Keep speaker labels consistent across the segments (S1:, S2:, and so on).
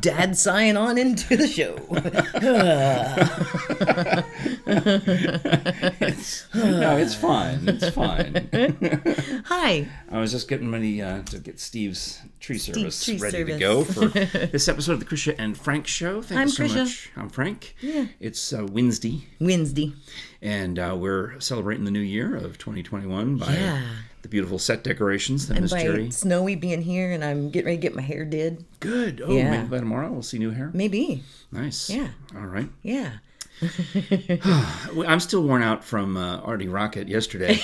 S1: Dad sign on into the show.
S2: no, it's fine. It's fine.
S1: Hi.
S2: I was just getting ready uh, to get Steve's tree service
S1: tree
S2: ready to
S1: service.
S2: go for this episode of the Krisha and Frank show. Thank
S1: I'm
S2: you so
S1: Krisha.
S2: much. I'm Frank. Yeah. It's uh, Wednesday,
S1: Wednesday.
S2: and uh, we're celebrating the new year of 2021 by
S1: Yeah.
S2: the beautiful set decorations that Miss
S1: By
S2: Jerry.
S1: snowy being here, and I'm getting ready to get my hair did.
S2: Good. Oh,
S1: Yeah.
S2: maybe by tomorrow we'll see new hair.
S1: Maybe.
S2: Nice.
S1: Yeah.
S2: All right.
S1: Yeah.
S2: Well, I'm still worn out from uh, Artie Rocket yesterday.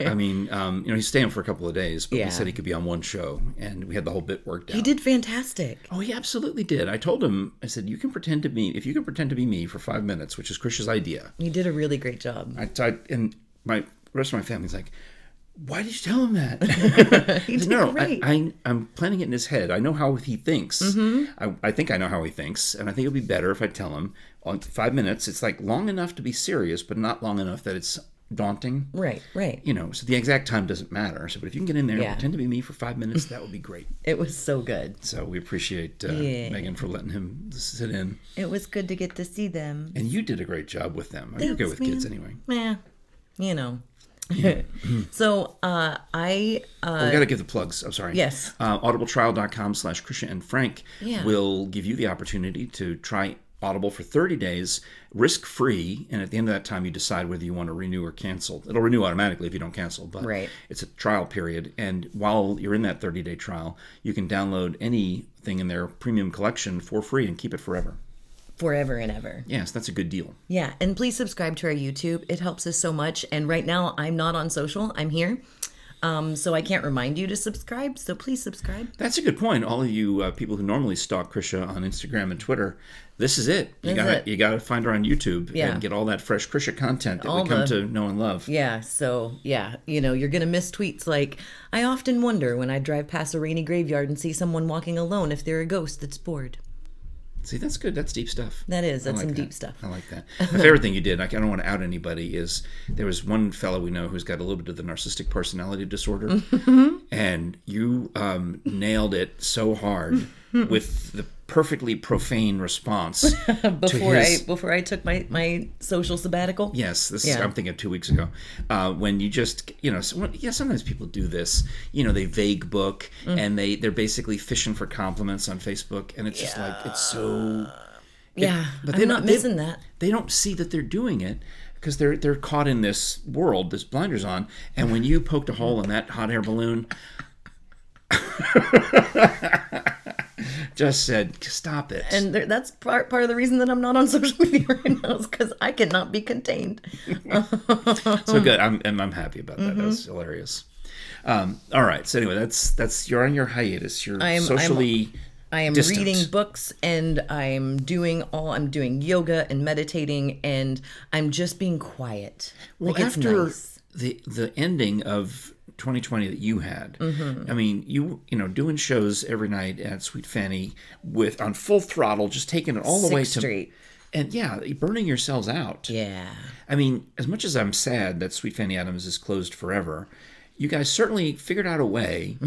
S2: I mean, um, you know, he's staying for a couple of days, but
S1: Yeah.
S2: he said he could be on one show, and we had the whole bit worked out.
S1: He did fantastic.
S2: Oh, he absolutely did. I told him, I said, you can pretend to be, if you can pretend to be me for five minutes, which is Krish's idea.
S1: He did a really great job.
S2: I, I and my rest of my family's like, why did you tell him that?
S1: He did
S2: no, I,
S1: great.
S2: I, I'm planning it in his head. I know how he thinks.
S1: Mm-hmm.
S2: I, I think I know how he thinks, and I think it'll be better if I tell him on five minutes. It's like long enough to be serious, but not long enough that it's daunting.
S1: right, right.
S2: You know, so the exact time doesn't matter. So, but if you can get in there
S1: Yeah.
S2: and pretend to be me for five minutes, that would be great.
S1: It was so good.
S2: So we appreciate uh,
S1: Yeah.
S2: Megan for letting him sit in.
S1: It was good to get to see them.
S2: And you did a great job with them. You're good
S1: Thanks,
S2: with kids
S1: man.
S2: anyway.
S1: Yeah. You know. so uh I uh
S2: Oh, we got to give the plugs. I'm sorry.
S1: Yes.
S2: Uh, audibletrial.com slash Krisha and Frank
S1: Yeah.
S2: will give you the opportunity to try Audible for 30 days, risk free. And at the end of that time, you decide whether you want to renew or cancel. It'll renew automatically if you don't cancel, but
S1: Right.
S2: it's a trial period. And while you're in that 30 day trial, you can download anything in their premium collection for free and keep it forever.
S1: forever and ever.
S2: Yes, that's a good deal.
S1: Yeah, and please subscribe to our YouTube. It helps us so much. And right now I'm not on social. I'm here. Um so I can't remind you to subscribe, so please subscribe.
S2: That's a good point. All of you uh, people who normally stalk Krisha on Instagram and Twitter, this is it.
S1: This
S2: You
S1: is
S2: got
S1: it.
S2: to you got to find her on YouTube
S1: Yeah.
S2: and get all that fresh Krisha content that
S1: All
S2: we come
S1: the-
S2: to know and love.
S1: Yeah, so yeah, you know, you're going to miss tweets like I often wonder when I drive past a rainy graveyard and see someone walking alone if they're a ghost that's bored.
S2: See, that's good. That's deep stuff.
S1: That is,
S2: I
S1: that's
S2: like
S1: some
S2: that.
S1: deep stuff.
S2: I like that. My favorite thing you did, I don't want to out anybody, is there was one fellow we know who's got a little bit of the narcissistic personality disorder,
S1: Mm-hmm.
S2: and you um, nailed it so hard
S1: Mm-hmm.
S2: with the perfectly profane response
S1: before
S2: his-
S1: I before I took my my social sabbatical.
S2: Yes, this is,
S1: Yeah.
S2: I'm thinking of two weeks ago. Uh, when you just, you know, so, yeah, sometimes people do this. You know, they vague book
S1: Mm.
S2: and they they're basically fishing for compliments on Facebook, and it's just like it's so.
S1: yeah.
S2: but
S1: But
S2: they
S1: I'm not
S2: don't- they-
S1: missing that.
S2: They don't see that they're doing it because they're they're caught in this world, this blinders on. And when you poked a hole in that hot air balloon, just said, "Stop it."
S1: And there, that's part part of the reason that I'm not on social media right now is because I cannot be contained. Mm.
S2: so good. I'm and I'm happy about
S1: Mm-hmm.
S2: that. That was hilarious. Um, all right. So anyway, that's that's you're on your hiatus. You're
S1: am- I'm-
S2: socially.
S1: I am
S2: Distant.
S1: reading books and I'm doing all I'm doing yoga and meditating and I'm just being quiet.
S2: well,
S1: Like, it's
S2: after
S1: nice.
S2: the the ending of 2020 that you had.
S1: Mm-hmm.
S2: I mean, you you know doing shows every night at Sweet Fanny with on full throttle, just taking it all the way
S1: Sixth
S2: to
S1: Street.
S2: And yeah, burning yourselves out.
S1: Yeah.
S2: I mean, as much as I'm sad that Sweet Fanny Adams is closed forever, you guys certainly figured out a way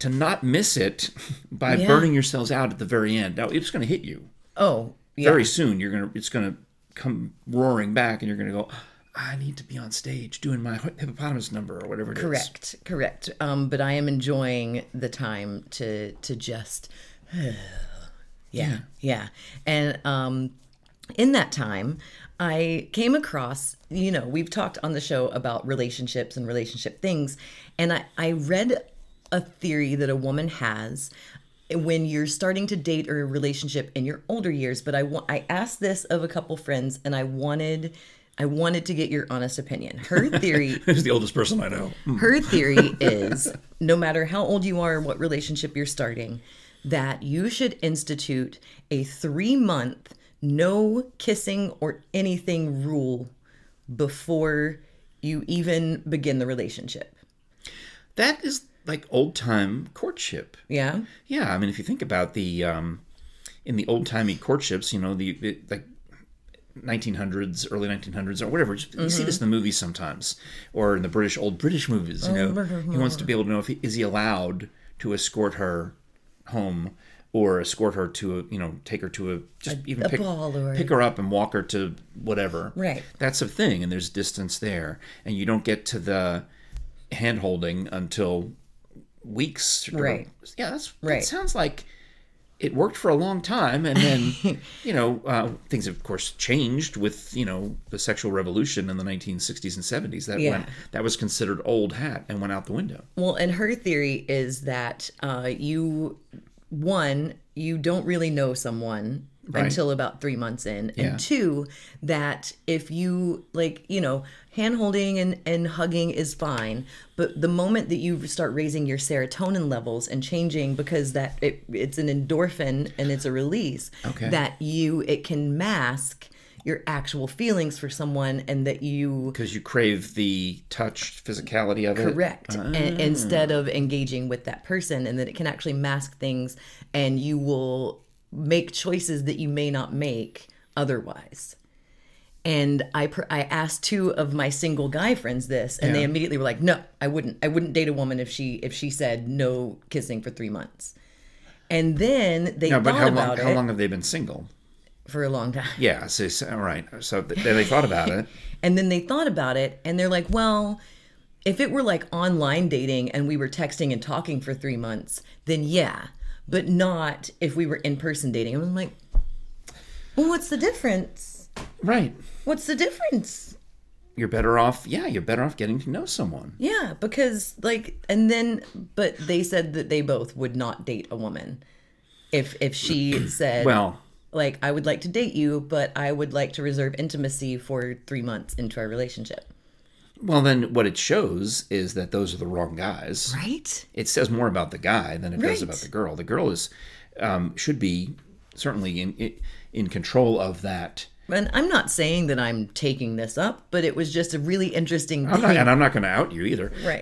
S2: to not miss it by
S1: Yeah.
S2: burning yourselves out at the very end. Now it's going to hit you
S1: Oh, yeah.
S2: very soon. You're gonna it's going to come roaring back, and you're going to go. "Ah, I need to be on stage doing my hippopotamus number or whatever it is.
S1: correct. Correct. Um, but I am enjoying the time to to just
S2: Yeah.
S1: Yeah. And um, in that time, I came across, you know, we've talked on the show about relationships and relationship things. And I, I read a theory that a woman has when you're starting to date or a relationship in your older years. But I, wa- I asked this of a couple friends and I wanted. I wanted to get your honest opinion. Her theory
S2: Who's the oldest person I know?
S1: her theory is no matter how old you are and what relationship you're starting, that you should institute a three month no kissing or anything rule before you even begin the relationship.
S2: That is like old time courtship.
S1: Yeah.
S2: Yeah, I mean, if you think about the um, in the old timey courtships, you know, the it, like 1900s, early 1900s, or whatever. Just- You see
S1: Mm-hmm.
S2: this in the movies sometimes, or in the British old British movies. You know,
S1: Mm-hmm,
S2: he wants to be able to know if he, is he allowed to escort her home. Or escort her to a, you know, take her to a, just even pick,
S1: ball or-
S2: pick her up and walk her to whatever.
S1: Right.
S2: That's a thing, and there's distance there, and you don't get to the hand holding until weeks. or-
S1: Right.
S2: Yeah, that's
S1: Right.
S2: That sounds like it worked for a long time, and then you know uh, things, of course, changed with you know the sexual revolution in the 1960s and 70s. That
S1: Yeah.
S2: went that was considered old hat and went out the window.
S1: Well, and her theory is that uh, you, one, you don't really know someone
S2: Right.
S1: until about three months in,
S2: Yeah.
S1: and two, that if you like, you know, hand holding and and hugging is fine, but the moment that you start raising your serotonin levels and changing because that it, it's an endorphin and it's a release
S2: Okay.
S1: that you it can mask your actual feelings for someone and that you
S2: Because you crave the touch, physicality of it.
S1: correct and, instead of engaging with that person and that it can actually mask things and you will make choices that you may not make otherwise and I, pr- I asked two of my single guy friends this and they
S2: Yeah.
S1: immediately were like no i wouldn't i wouldn't date a woman if she if she said no kissing for three months and then they
S2: No,
S1: thought
S2: but how long?
S1: about
S2: How
S1: it
S2: long have they been single?
S1: for a long time
S2: Yeah. So, so all right. So th- then they thought about it.
S1: And then they thought about it and they're like, well, if it were like online dating and we were texting and talking for three months, then yeah, but not if we were in person dating. And I'm like, well, what's the difference?
S2: Right.
S1: What's the difference?
S2: You're better off. Yeah, you're better off getting to know someone.
S1: Yeah, because like, and then, but they said that they both would not date a woman if if she said,
S2: Well,
S1: like, I would like to date you, but I would like to reserve intimacy for three months into our relationship.
S2: well then what it shows is that those are the wrong guys.
S1: Right?
S2: It says more about the guy than it does
S1: Right.
S2: about the girl. The girl is um, should be certainly in in- in control of that.
S1: And I'm not saying that I'm taking this up, but it was just a really interesting
S2: I'm not,
S1: thing.
S2: and I'm not going to out you either.
S1: Right.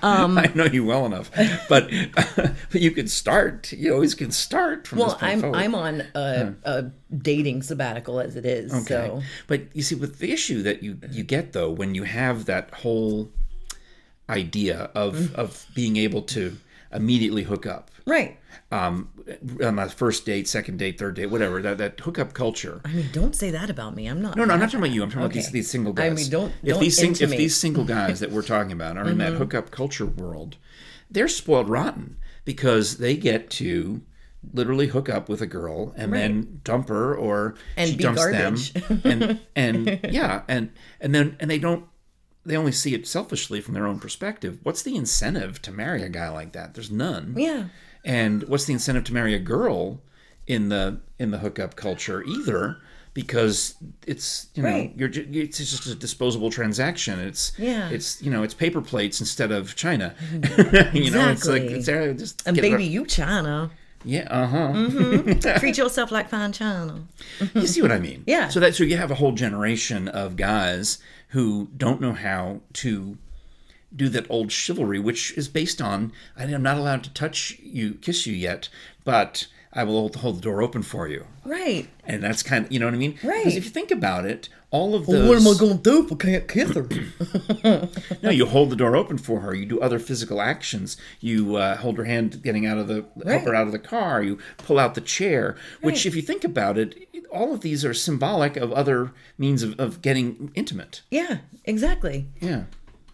S1: Um,
S2: I know you well enough, but but you can start. You always can start from this
S1: Well,
S2: point
S1: I'm
S2: forward.
S1: I'm on a, a dating sabbatical as it is. So
S2: But you see, with the issue that you you get though, when you have that whole idea
S1: Mm.
S2: of of being able to immediately hook up
S1: right.
S2: um, on the first date, second date, third date, whatever that that hookup culture.
S1: I mean, don't say that about me. I'm not.
S2: No, no, I'm not talking about you. I'm talking about these
S1: Okay.
S2: these single
S1: I
S2: guys.
S1: mean, don't-
S2: if
S1: don't
S2: these sing- if
S1: intimate. Mm-hmm.
S2: these single guys that we're talking about are in that hookup culture world, they're spoiled rotten because they get to literally hook up with a girl and then dump her or
S1: And
S2: she
S1: be
S2: dumps
S1: garbage.
S2: them and and yeah and and then and they don't they only see it selfishly from their own perspective. What's the incentive to marry a guy like that? There's none.
S1: Yeah.
S2: And what's the incentive to marry a girl in the in the hookup culture either? Because it's you know
S1: Right.
S2: you're ju- it's just a disposable transaction. It's
S1: Yeah.
S2: It's you know it's paper plates instead of china. you know it's like
S1: Exactly.
S2: it's uh, just
S1: And
S2: get it
S1: baby, Mm-hmm.
S2: up.
S1: you China.
S2: yeah uh huh.
S1: Treat yourself like fine China.
S2: You see what I mean?
S1: Hmm. Yeah.
S2: So that's so you have a whole generation of guys who don't know how to do that old chivalry, which is based on I am not allowed to touch you, kiss you yet, but I will hold- hold the door open for you.
S1: Right.
S2: And that's kind of, you know what I mean?
S1: Right.
S2: Because if you think about it, all of those.
S1: gonna do if I can't kiss her?
S2: No, you hold the door open for her. You do other physical actions. You uh, hold her hand, getting out of the help her
S1: Right.
S2: out of the car. You pull out the chair. Which,
S1: Right.
S2: if you think about it, all of these are symbolic of other means of, of getting intimate.
S1: yeah. Exactly.
S2: Yeah,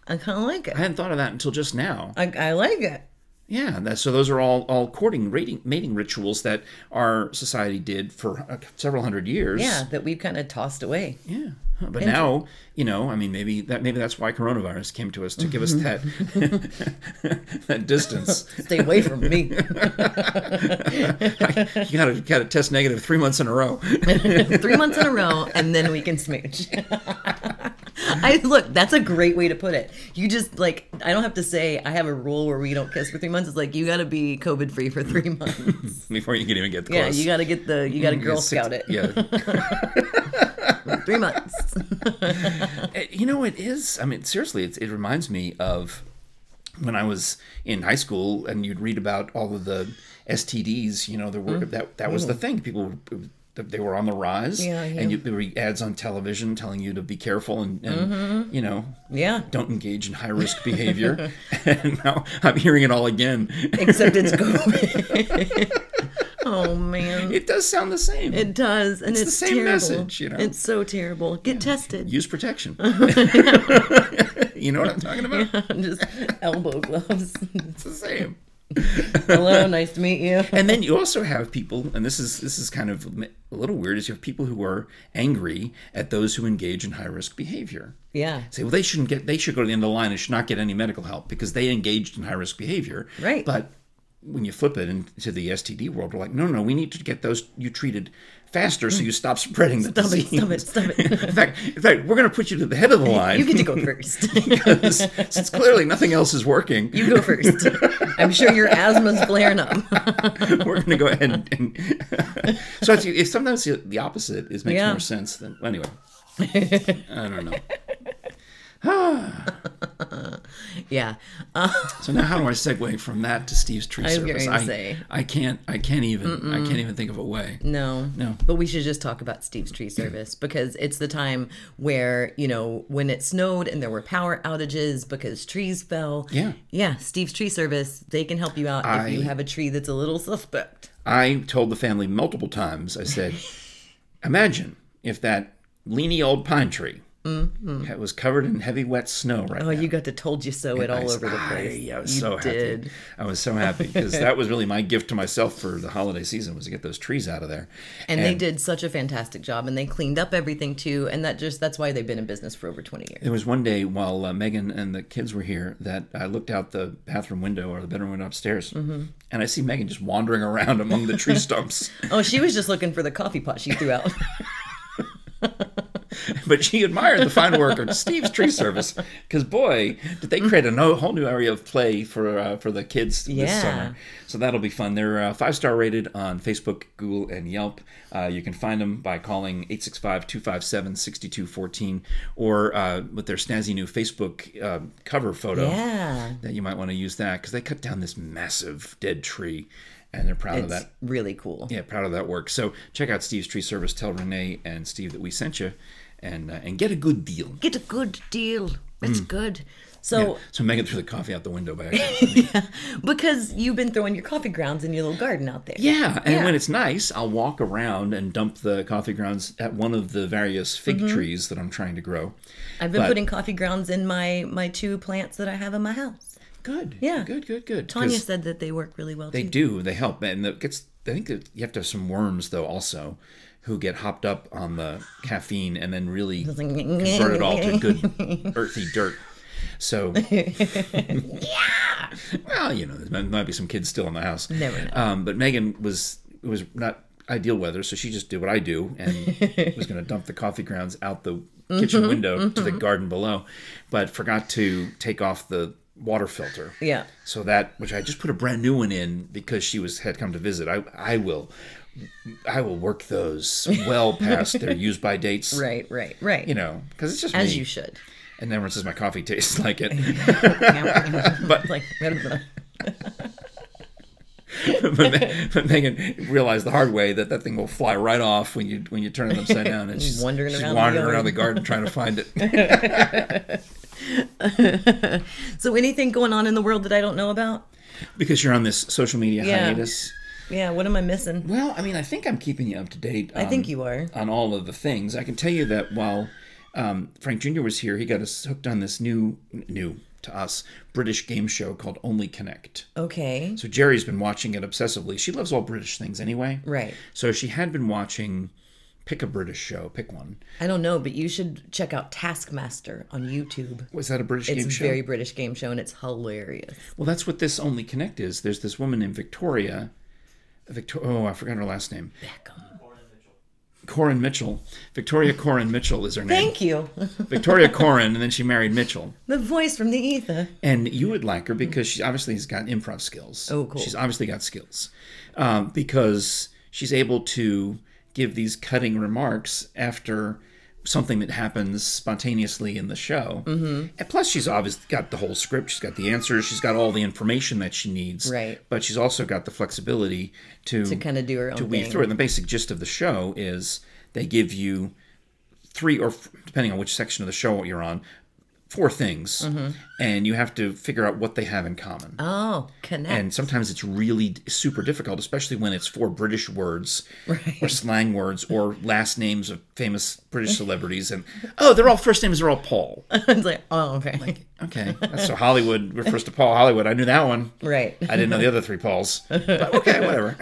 S1: I kind of like it.
S2: I hadn't thought of that until just now.
S1: I, I like it.
S2: Yeah, that, so those are all all courting, rating, mating rituals that our society did for uh, several hundred years.
S1: Yeah. That we've kind of tossed away.
S2: Yeah. Huh, But now, you know, I mean, maybe that maybe that's why coronavirus came to us to give us that that distance.
S1: Stay away from me.
S2: You gotta gotta test negative three months in a row.
S1: three months in a row and then we can smooch i look that's a great way to put it you just like i don't have to say i have a rule where we don't kiss for three months it's like you got to be covid free for three months
S2: before you can even get close.
S1: yeah you got to get the you got to girl
S2: Six-
S1: scout it
S2: Mm, Yeah,
S1: three months
S2: Uh, you know it is. I mean, seriously, it's, it reminds me of when I was in high
S1: Mm.
S2: school, and you'd read about all of the STDs. You know, there were that that was the thing. People would th- they were on the rise,
S1: Yeah, yeah.
S2: and you, there were ads on television telling you to be careful and, and
S1: Mm-hmm.
S2: you know
S1: Yeah.
S2: don't engage in high risk behavior. and now I'm hearing it all again.
S1: Except it's COVID. oh man.
S2: It does sound the same.
S1: It does, and it's,
S2: the same
S1: terrible.
S2: message, you know?
S1: It's so terrible. Get tested.
S2: Use protection. you know what I'm talking about?
S1: Just elbow gloves.
S2: It's the same.
S1: Hello, nice to meet you.
S2: And then you also have people, and this is this is kind of a little weird, is you have people who are angry at those who engage in high risk behavior.
S1: Yeah,
S2: Say, well, they shouldn't get, they should go to the end of the line and should not get any medical help because they engaged in high risk behavior.
S1: Right.
S2: But when you flip it into the STD world, we're like, no, no, we need to get those you treated faster so you stop spreading the
S1: Hmm. stop it,
S2: disease.
S1: stop it, stop it.
S2: In fact, in fact, we're going to put you to the head of the line
S1: You get to go first.
S2: because since clearly nothing else is working,
S1: You go first. I'm sure your asthma's flaring up.
S2: we're going to go ahead and. and so it's, it's sometimes the, the opposite is makes
S1: Yeah.
S2: more sense than well, anyway. I don't know.
S1: Yeah,
S2: So now, how do I segue from that to Steve's tree
S1: was
S2: service?
S1: gonna
S2: I,
S1: say.
S2: I can't. I can't even. I can't even think of a way.
S1: no,
S2: No.
S1: But we should just talk about Steve's tree service because it's the time where you know when it snowed and there were power outages because trees fell.
S2: Yeah.
S1: yeah. Steve's tree service. They can help you out if you
S2: I-
S1: have a tree that's a little suspect.
S2: I told the family multiple times. I said, "Imagine if that leany old pine tree had- was covered in heavy, wet snow right
S1: Mm-hmm. Oh, you got to told you so it all
S2: I-
S1: over the place.
S2: I, I was
S1: you
S2: so happy. I was so happy because that was really my gift to myself for the holiday season was to get those trees out of there.
S1: And, they did such a fantastic job and they cleaned up everything too and that just that's why they've been in business for over 20 years.
S2: There was one day while uh, Megan and the kids were here that I looked out the bathroom window or the bedroom window upstairs, and I see Megan just wandering around among the tree stumps.
S1: Oh, she was just looking for the coffee pot she threw out.
S2: but she admired the fine work of Steve's Tree Service because boy, did they create a no, whole new area of play for uh, for the kids
S1: Yeah.
S2: this summer. So that'll be fun. They're uh, five star rated on Facebook, Google, and Yelp. Uh, you can find them by calling 865 257 6214 or uh, with their snazzy new Facebook uh, cover photo.
S1: yeah.
S2: That you might want to use that because they cut down this massive dead tree, and they're proud of
S1: It's
S2: that.
S1: really cool.
S2: Yeah, proud of that work. So check out Steve's Tree Service. Tell Renee and Steve that we sent you, and uh, and get a good deal.
S1: Get a good deal. It's
S2: Mm.
S1: good.
S2: Yeah.
S1: So,
S2: So Megan threw the coffee out the window by accident.
S1: because you've been throwing your coffee grounds in your little garden out there.
S2: yeah, and
S1: Yeah.
S2: when it's nice, I'll walk around and dump the coffee grounds at one of the various fig
S1: Mm-hmm.
S2: trees that I'm trying to grow.
S1: I've been
S2: but-
S1: putting coffee grounds in my my two plants that I have in my house.
S2: Good.
S1: Yeah.
S2: Good. Good. Good. 'Cause
S1: Tanya said that they work really well
S2: they
S1: too.
S2: do. They help, and it gets. I think that you have to have some worms though, also, who get hopped up on the caffeine and then really convert it all to good earthy dirt. So, yeah. Well, you know, there might be some kids still in the house.
S1: Never know.
S2: Um, but Megan was it was not ideal weather, so she just did what I do and was going to dump the coffee grounds out the kitchen window to the garden below, but forgot to take off the water filter.
S1: Yeah.
S2: So that which I just put a brand new one in because she was had come to visit. I I will I will work those well past their use by dates.
S1: Right, right, right.
S2: You know, because it's just
S1: As
S2: me.
S1: you should.
S2: And everyone says my coffee tastes like it.
S1: but like
S2: but, Me- but Megan realized the hard way that that thing will fly right off when you when you turn it upside down, and she's
S1: Wandering
S2: she's
S1: around the
S2: wandering
S1: yard.
S2: around the garden trying to find it.
S1: So anything going on in the world that I don't know about?
S2: because you're on this social media
S1: Yeah.
S2: hiatus.
S1: Yeah, what am I missing?
S2: Well, I mean, I think I'm keeping you up to date. um,
S1: I think you are.
S2: on all of the things. I can tell you that while um, Frank Jr. was here, he got us hooked on this new, new to us, British game show called Only Connect.
S1: Okay.
S2: So Jerry's been watching it obsessively. She loves all British things anyway.
S1: Right.
S2: So she had been watching, pick a British show, pick one.
S1: I don't know, but you should check out Taskmaster on YouTube.
S2: Was that a British
S1: It's
S2: game
S1: a
S2: show?
S1: very British game show and it's hilarious.
S2: Well, that's what this Only Connect is. There's this woman named Victoria. Victoria. Oh, I forgot her last name.
S1: Beckham.
S2: Corin Mitchell. Victoria Corin Mitchell is her name.
S1: Thank you.
S2: Victoria Corin, and then she married Mitchell.
S1: the voice from the ether.
S2: And you would like her because she obviously has got improv skills.
S1: Oh, cool.
S2: She's obviously got skills um, because she's able to give these cutting remarks after something that happens spontaneously in the show. Mm-hmm. And plus, she's obviously got the whole script. She's got the answers. She's got all the information that she needs.
S1: Right.
S2: But she's also got the flexibility to
S1: To kinda do her
S2: to
S1: own
S2: weave
S1: thing.
S2: through it. And the basic gist of the show is they give you three or f- depending on which section of the show you're on. Four things, and you have to figure out what they have in common.
S1: Mm-hmm. Oh, connect.
S2: And sometimes it's really d- super difficult, especially when it's for British words or slang words or last names of famous British celebrities. And oh, they're all first names are all Paul.
S1: it's like, oh, okay.
S2: Okay, that's so Hollywood refers to Paul Hollywood. I knew that one.
S1: right.
S2: I didn't know the other three Pauls. But okay, whatever.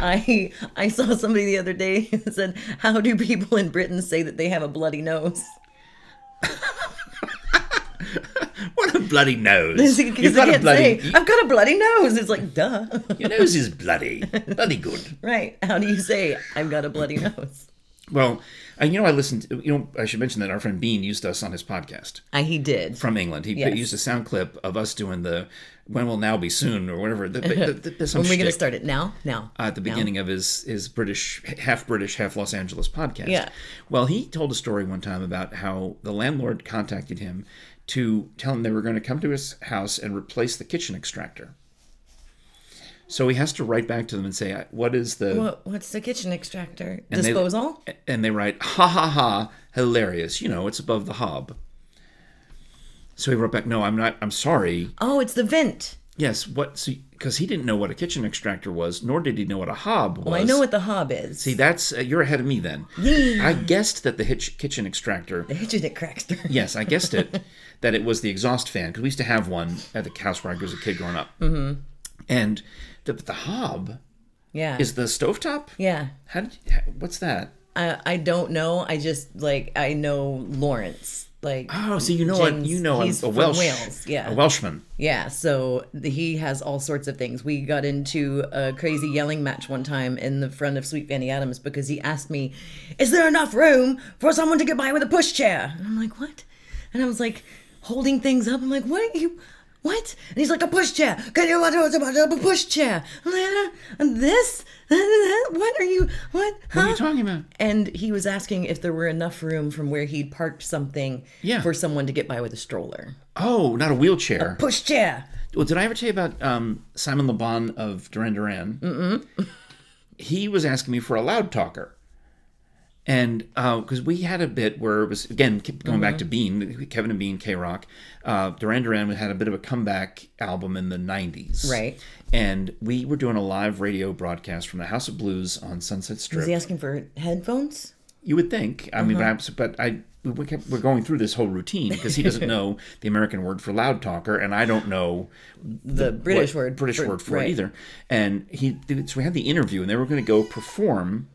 S1: I I saw somebody the other day that said, "How do people in Britain say that they have a bloody nose?"
S2: What a bloody nose!
S1: Because they
S2: You've got a
S1: can't
S2: bloody.
S1: say, "I've got a bloody nose." It's like, duh.
S2: Your nose is bloody. Bloody good.
S1: right? How do you say, "I've got a bloody nose"?
S2: Well, uh, you know, I listened. You know, I should mention that our friend Bean used us on his podcast.
S1: I, he did.
S2: from England. He
S1: Yes.
S2: used a sound clip of us doing the "When will now be soon" or whatever. The, the, the, the, some
S1: when we're gonna
S2: shtick,
S1: start it now? Now.
S2: uh, at the beginning of his his British half British half Los Angeles podcast.
S1: Yeah.
S2: Well, he told a story one time about how the landlord contacted him to tell him they were going to come to his house and replace the kitchen extractor. So he has to write back to them and say, "What is the?"
S1: what, what's the kitchen extractor
S2: they-
S1: disposal?
S2: and they write ha ha ha hilarious you know it's above the hob so he wrote back no i'm not i'm sorry
S1: oh, it's the vent.
S2: Yes, what? Because he didn't know what a kitchen extractor was, nor did he Oh, know what a hob was.
S1: Well, I know what the hob is.
S2: See, that's uh, you're ahead of me then. I guessed that the hitch, kitchen extractor.
S1: the kitchen extractor.
S2: Yes, I guessed it. that it was the exhaust fan because we used to have one at the house where I was a kid growing up. Mm-hmm. And the but the hob
S1: Yeah.
S2: is the stovetop.
S1: yeah.
S2: How did? You, what's that?
S1: I I don't know. I just like I know Lawrence. Like
S2: Oh, so you know a-
S1: James-
S2: you know a,
S1: he's
S2: a
S1: from
S2: Welsh
S1: Wales, yeah.
S2: a Welshman.
S1: Yeah, so he has all sorts of things. We got into a crazy yelling match one time in the front of Sweet Fanny Adams because he asked me, "Is there enough room for someone to get by with a pushchair?" And I'm like, "What?" And I was like, holding things up. I'm like, "What are you?" What? And he's like, a pushchair. Can you what what's about a pushchair? I'm like, "I don't- and this? What are you? What? Huh?
S2: What are you talking about?
S1: And he was asking if there were enough room from where he'd parked something
S2: Yeah.
S1: for someone to get by with a stroller.
S2: Oh, not a wheelchair.
S1: Pushchair.
S2: Well, did I ever tell you about um, Simon Le Bon of Duran Duran? Mm-mm. he was asking me for a loud talker. And because we had a bit where it was, again, keep going back to Bean, Kevin and Bean, K Rock, uh, Duran Duran had a bit of a comeback album in the 90s.
S1: Right.
S2: And we were doing a live radio broadcast from the House of Blues on Sunset Strip.
S1: Is he asking for headphones?
S2: You would think. I
S1: Mm-hmm.
S2: mean, perhaps, but I we kept, we're going through this whole routine because he doesn't know the American word for loud talker, and I don't know
S1: The, British
S2: what-
S1: word.
S2: British word for
S1: right.
S2: it either. And he so we had the interview, and they were going to go perform.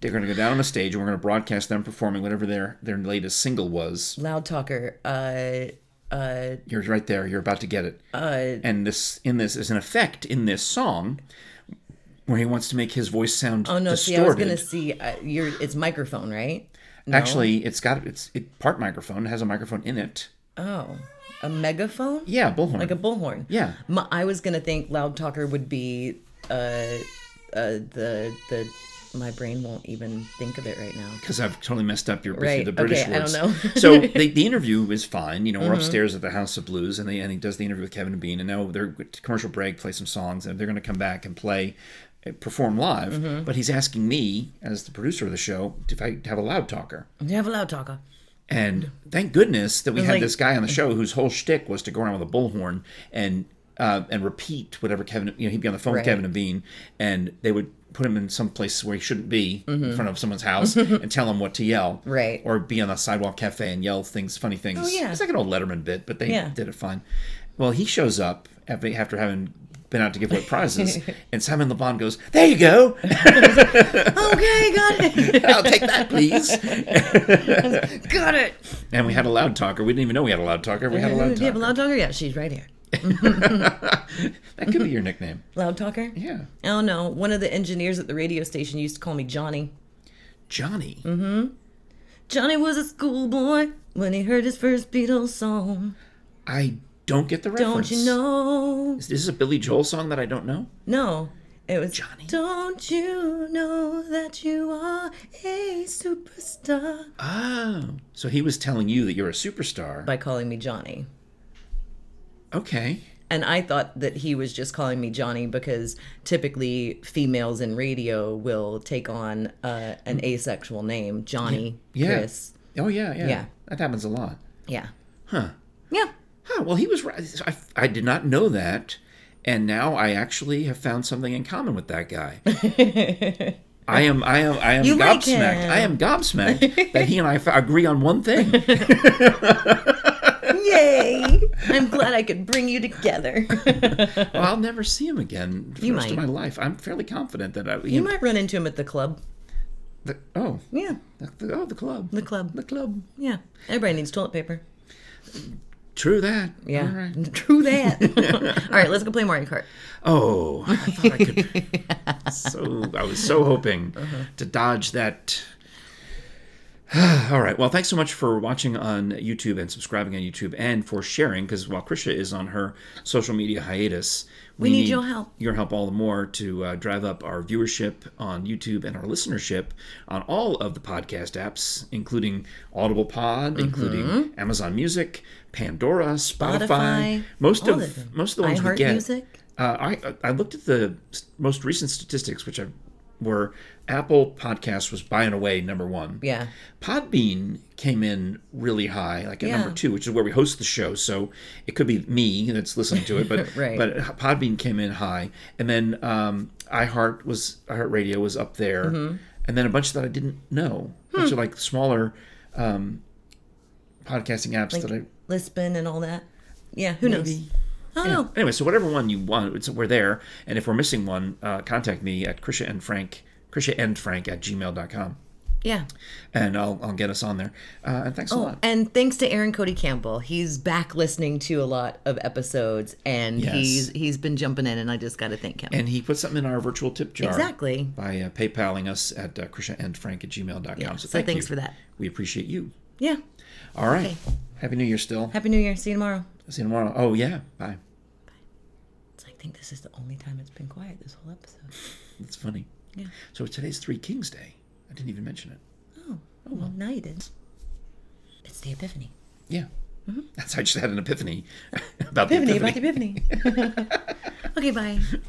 S2: They're going to go down on a stage, and we're going to broadcast them performing whatever their their latest single was.
S1: Loud talker. Uh, uh,
S2: You're right there. You're about to get it.
S1: uh,
S2: and this in this is an effect in this song where he wants to make his voice sound
S1: oh no! See,
S2: distorted.
S1: I was gonna see. Uh, your it's microphone, right?
S2: Actually, it's got it's it, part microphone. It has a microphone in it.
S1: Oh, a megaphone,
S2: Yeah, bullhorn.
S1: like a bullhorn.
S2: yeah.
S1: My, I was gonna think loud talker would be uh, uh, the the. My brain won't even think of it right now.
S2: because I've totally messed up your with
S1: Right,
S2: the British
S1: okay, I
S2: words.
S1: don't know. Mm-hmm.
S2: so the, the interview is fine. You know, we're upstairs at the House of Blues, and they and he does the interview with Kevin and Bean, and now they're commercial break, play some songs, and they're going to come back and play, uh, perform live.
S1: Mm-hmm.
S2: But he's asking me as the producer of the show if I have a loud talker,
S1: You have a loud talker.
S2: and thank goodness that we had
S1: like-
S2: this guy on the show whose whole shtick was to go around with a bullhorn and. Uh, and repeat whatever Kevin, you know, he'd be on the phone
S1: Right.
S2: with Kevin and Bean, and they would put him in some place where he shouldn't be in front of someone's house and tell him what to yell
S1: Mm-hmm. Right.
S2: or be on a sidewalk cafe and yell things, funny things. Oh,
S1: yeah.
S2: It's like an old Letterman bit, but they
S1: Yeah.
S2: did it fine. Well, he shows up after after having been out to give away prizes, and Simon Le Bon goes, "There you go.
S1: Okay, got it.
S2: I'll take that, please."
S1: got it.
S2: And we had a loud talker. We didn't even know we had a loud talker. We had a
S1: Do
S2: loud
S1: you have a
S2: talker.
S1: loud talker? Yeah, she's right here.
S2: That could be
S1: Mm-hmm.
S2: your nickname.
S1: Loud talker.
S2: Yeah,
S1: Oh no! One of the engineers at the radio station used to call me Johnny.
S2: Johnny. Mm-hmm.
S1: Johnny was a schoolboy when he heard his first Beatles song.
S2: I don't get the
S1: Don't
S2: reference.
S1: you know?
S2: Is this a Billy Joel song that I don't know?
S1: No. It was Johnny. Don't you know that you are a superstar?
S2: Oh, so he was telling you that you're a superstar.
S1: By calling me Johnny.
S2: okay.
S1: And I thought that he was just calling me Johnny because typically females in radio will take on uh, an asexual name, Johnny,
S2: Yeah.
S1: Chris.
S2: Oh yeah, yeah.
S1: Yeah.
S2: That happens a lot.
S1: Yeah.
S2: Huh.
S1: Yeah.
S2: Huh. Well, he was right. So I, I did not know that, and now I actually have found something in common with that guy. I am. I am. I am
S1: You like
S2: gobsmacked.
S1: him.
S2: I am gobsmacked that he and I f- agree on one thing.
S1: Yay. I'm glad I could bring you together.
S2: well, I'll never see him again for
S1: You
S2: the rest of
S1: might.
S2: my life. I'm fairly confident that I.
S1: you might run into him at the club.
S2: The, oh,
S1: Yeah.
S2: the, the- oh, the club.
S1: The club.
S2: The club.
S1: Yeah. Everybody needs toilet paper.
S2: True that.
S1: Yeah.
S2: All right.
S1: True that. All right, let's go play Mario Kart.
S2: Oh, I thought I could. so I was so hoping
S1: Uh-huh.
S2: to dodge that. All right. Well, thanks so much for watching on YouTube and subscribing on YouTube and for sharing. Because while Krisha is on her social media hiatus, we,
S1: need your help.
S2: Your help all the more to uh, drive up our viewership on YouTube and our listenership on all of the podcast apps, including Audible Pod,
S1: Mm-hmm.
S2: including Amazon Music, Pandora, Spotify.
S1: Spotify,
S2: most
S1: all
S2: of
S1: of them.
S2: most of the ones we
S1: iHeart
S2: get.
S1: Music.
S2: Uh, I I looked at the s- most recent statistics, which I, were Apple Podcasts was by and away number one.
S1: Yeah.
S2: Podbean came in really high, like at
S1: Yeah.
S2: number two, which is where we host the show. So it could be me that's listening to it, but
S1: Right.
S2: but Podbean came in high, and then um, iHeart was iHeartRadio was up there,
S1: Mm-hmm.
S2: and then a bunch that I didn't know, which
S1: Hmm.
S2: are like smaller um, podcasting apps that I
S1: Lisbon and all that. Yeah, who knows? Oh,
S2: Maybe.
S1: I don't know.
S2: Anyway, so whatever one you want, it's, we're there. And if we're missing one, uh, contact me at Krisha and Frank, Krisha and Frank at gmail.com.
S1: Yeah.
S2: And I'll, I'll get us on there. Uh, and
S1: Oh.
S2: thanks a lot.
S1: And thanks to Aaron Cody Campbell. He's back listening to a lot of episodes and
S2: Yes.
S1: he's he's been jumping in and I just gotta thank him.
S2: And he put something in our virtual tip jar.
S1: exactly.
S2: By uh, PayPaling us at uh, Krisha and Frank at gmail.com.
S1: Yeah,
S2: so
S1: so
S2: thank
S1: thanks
S2: you.
S1: for that.
S2: We appreciate you.
S1: Yeah.
S2: All right. Happy New Year still.
S1: Happy New Year. See you tomorrow.
S2: See you tomorrow. Oh, yeah. Bye.
S1: So I think this is the only time it's been quiet this whole episode.
S2: That's funny.
S1: Yeah.
S2: So today's Three Kings Day. I didn't even mention it.
S1: Oh. well now you did. It's the epiphany.
S2: Yeah. That's I just had an epiphany about the
S1: Mm-hmm. Epiphany
S2: epiphany.
S1: about the epiphany. okay, bye.